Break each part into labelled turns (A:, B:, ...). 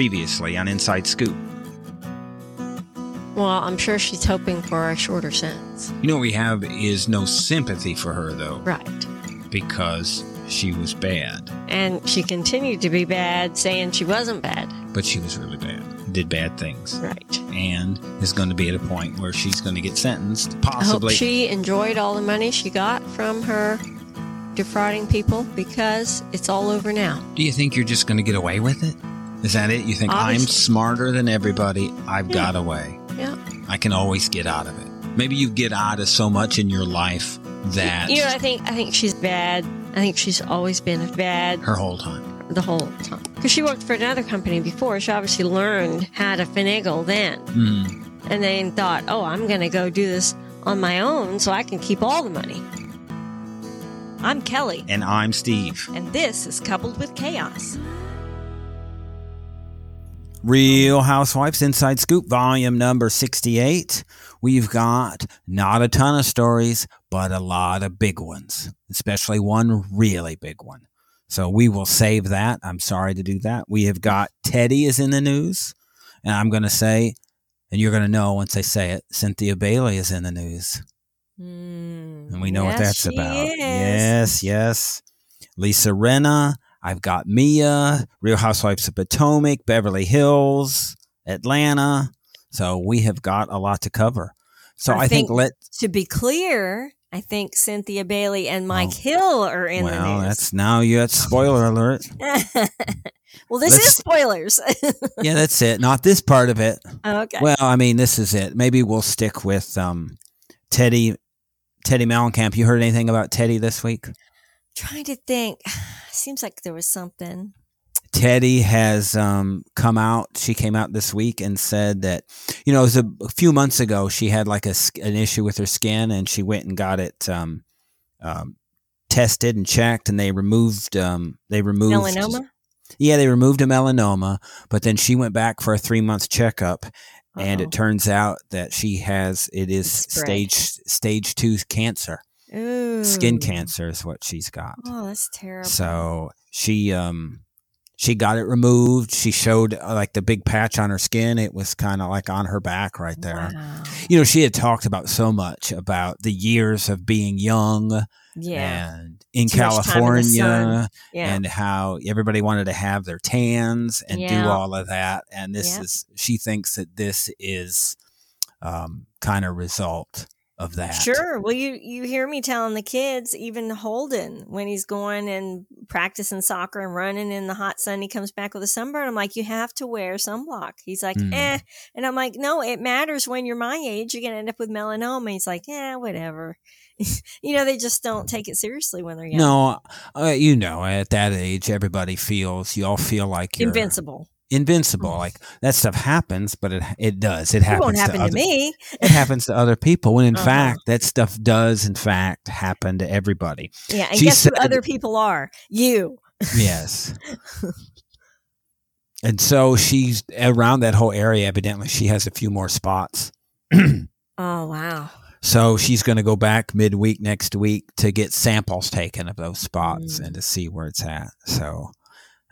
A: previously on Inside Scoop.
B: Well, I'm sure she's hoping for a shorter sentence.
A: You know, what we have is no sympathy for her, though,
B: Right.
A: because she was bad,
B: And she continued to be bad, saying she wasn't bad.
A: but she was really bad, did bad things,
B: Right.
A: and is going to be at a point where she's going to get sentenced,
B: I hope
A: possibly.
B: she enjoyed all the money she got from her defrauding people because it's all over now.
A: Do you think you're just going to get away with it? Is that it? You think I'm
B: Obviously.
A: smarter than everybody? I've got away.
B: Yeah.
A: I can always get out of it. Maybe you get out of so much in your life that
B: You know, I think I think she's bad. I think she's always been bad
A: her whole time.
B: the whole time. Because she worked for another company before, she obviously learned how to finagle then,
A: Mm.
B: and then thought, "Oh, I'm going to go do this on my own, so I can keep all the money." I'm Kelly,
A: And I'm Steve.
B: and this is coupled with chaos.
A: Real Housewives Inside Scoop, volume number 68. We've got not a ton of stories, but a lot of big ones, especially one really big one. So we will save that. I'm sorry to do that. We have got Teddy is in the news. And I'm going to say, and you're going to know once I say it, Cynthia Bailey is in the news.
B: Hmm.
A: And we know what that's about. Yes, yes. Lisa Renna. I've got Mia, Real Housewives of Potomac, Beverly Hills, Atlanta. So we have got a lot to cover. So I,
B: I
A: think,
B: think
A: let
B: To be clear, I think Cynthia Bailey and Mike
A: Oh.
B: Hill are in
A: well,
B: the news.
A: that's now you that's spoiler alert.
B: well, this
A: let's-
B: is spoilers.
A: yeah, that's it. Not this part of it.
B: okay.
A: Well, I mean, this is it. Maybe we'll stick with um, Teddy Teddy Mellencamp. You heard anything about Teddy this week?
B: Trying to think. Seems like there was something.
A: Teddy has um, come out. She came out this week and said that, you know, it was a, a few months ago. She had like a, sk- an issue with her skin and she went and got it um, um, tested and checked and they removed, um, they removed
B: Melanoma?
A: Yeah, they removed a melanoma, but then she went back for a three month checkup and it turns out that she has, it is
B: Spread. Hmm.
A: stage, stage two cancer.
B: Ooh.
A: Skin cancer is what she's got.
B: Oh, that's terrible.
A: So she um she got it removed. She showed uh, like the big patch on her skin. It was kind of like on her back right there.
B: Wow.
A: You know, she had talked about so much about the years of being young
B: Yeah.
A: and in
B: Too much time in the
A: California
B: sun. Yeah.
A: and how everybody wanted to have their tans and do
B: Yeah.
A: all of that. And this
B: Yeah.
A: is she thinks that this is um kind of result of that.
B: Sure. Well, you you hear me telling the kids, even Holden, when he's going and practicing soccer and running in the hot sun, he comes back with a sunburn. I'm like, you have to wear sunblock. He's like,
A: Mm.
B: eh. And I'm like, no, it matters when you're my age. You're gonna end up with melanoma. He's like, yeah, whatever. you know, they just don't take it seriously when they're young.
A: No, uh, you know, at that age, everybody feels you all feel like you're
B: invincible.
A: invincible. Like that stuff happens, but it it does. It
B: It
A: happens.
B: won't happen to
A: other,
B: me.
A: It happens to other people. When in
B: Uh-huh.
A: fact, that stuff does in fact happen to everybody.
B: Yeah, and
A: She
B: guess who
A: said-
B: other people are? You.
A: Yes. and so she's around that whole area. Evidently, she has a few more spots.
B: Oh wow.
A: So she's going to go back midweek next week to get samples taken of those spots
B: Mm.
A: and to see where it's at. So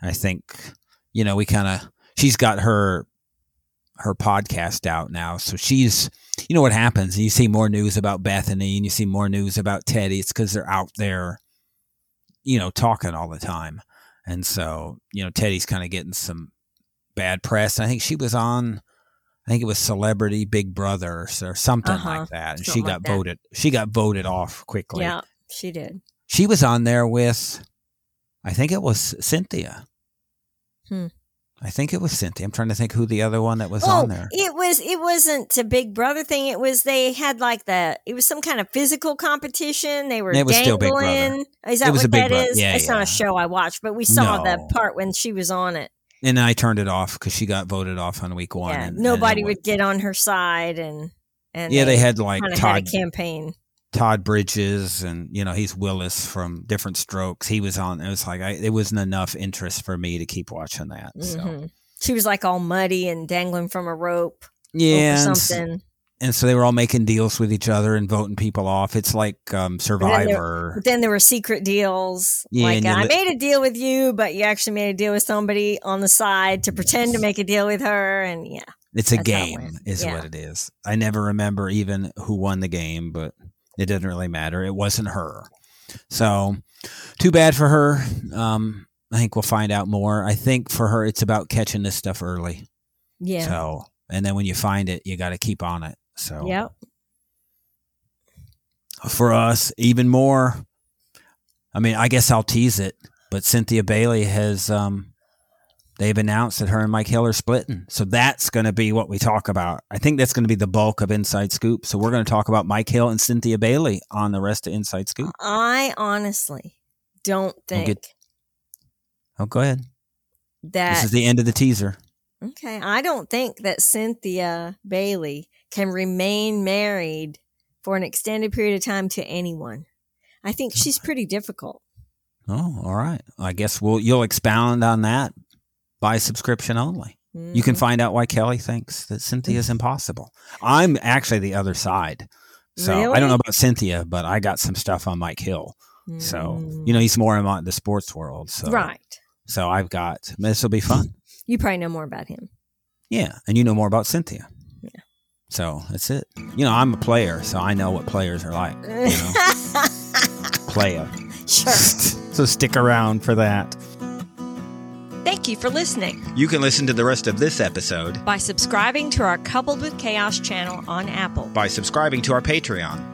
A: I think you know we kind of she's got her her podcast out now. So she's you know what happens. You see more news about Bethany and you see more news about Teddy. It's because they're out there, you know, talking all the time. And so you know Teddy's kind of getting some bad press. I think she was on. I think it was Celebrity Big Brother or something
B: Uh-huh.
A: like that, and she
B: Something like
A: got
B: that.
A: voted. She got voted off quickly.
B: Yeah, she did.
A: She was on there with, I think it was Cynthia.
B: Hmm.
A: I think it was Cynthia. I'm trying to think who the other one that was
B: oh,
A: on there.
B: it was it wasn't a Big Brother thing. It was they had like the it was some kind of physical competition. They were
A: It was still Big
B: dangling.
A: Brother.
B: Is that
A: was a
B: what
A: Big
B: that
A: Brother.
B: is?
A: Yeah,
B: it's
A: yeah.
B: not a show I watched, but we saw
A: No.
B: the part when she was on it.
A: And I turned it off because she got voted off on week one.
B: yeah,
A: and- and
B: nobody
A: it
B: would get on her side, and
A: wa-
B: and
A: Yeah, they had like
B: kind of had
A: Todd
B: a campaign.
A: Todd Bridges and you know he's Willis from Different Strokes. He was on. It was like I, it wasn't enough interest for me to keep watching that. So
B: Mm-hmm. Mhm. She was like all muddy and dangling from a rope
A: yeah,
B: or
A: and s-
B: something.
A: And so they were all making deals with each other and voting people off. It's like um, Survivor.
B: But then there were secret deals.
A: Yeah,
B: like
A: and you
B: I
A: li-
B: made a deal with you, but you actually made a deal with somebody on the side to pretend to make a deal with her. And yeah,
A: It's a
B: That's how it
A: game,
B: went.
A: is
B: Yeah.
A: what it is. I never remember even who won the game, but it didn't really matter. It wasn't her. So too bad for her. Um, I think we'll find out more. I think for her, it's about catching this stuff early.
B: yeah,
A: So, and then when you find it, you got to keep on it. So,
B: yep.
A: for us, even more. I mean, I guess I'll tease it, but Cynthia Bailey has, um, they've announced that her and Mike Hill are splitting. So that's going to be what we talk about. I think that's going to be the bulk of Inside Scoop. So we're going to talk about Mike Hill and Cynthia Bailey on the rest of Inside Scoop.
B: I honestly don't
A: We'll
B: think
A: get- Oh, go ahead.
B: that.
A: This is the end of the teaser.
B: okay, I don't think that Cynthia Bailey can remain married for an extended period of time to anyone. I think she's pretty difficult.
A: Oh, all right. I guess we'll you'll expound on that by subscription only. You can
B: Mhm.
A: find out why Kelly thinks that Cynthia
B: Mm-hmm.
A: is impossible. I'm actually the other side. So I don't
B: Really?
A: know about Cynthia, but I got some stuff on Mike Hill. So,
B: Mm.
A: you know, he's more in the sports world. So,
B: right?
A: so I've got this will be fun.
B: You probably know more about him.
A: Yeah. And you know more about Cynthia.
B: Yeah.
A: So that's it. You know, I'm a player, so I know what players are like. You know, player.
B: sure.
A: so stick around for that.
B: Thank you for listening.
A: You can listen to the rest of this episode
B: by subscribing to our Coupled with Chaos channel on Apple
A: by subscribing to our Patreon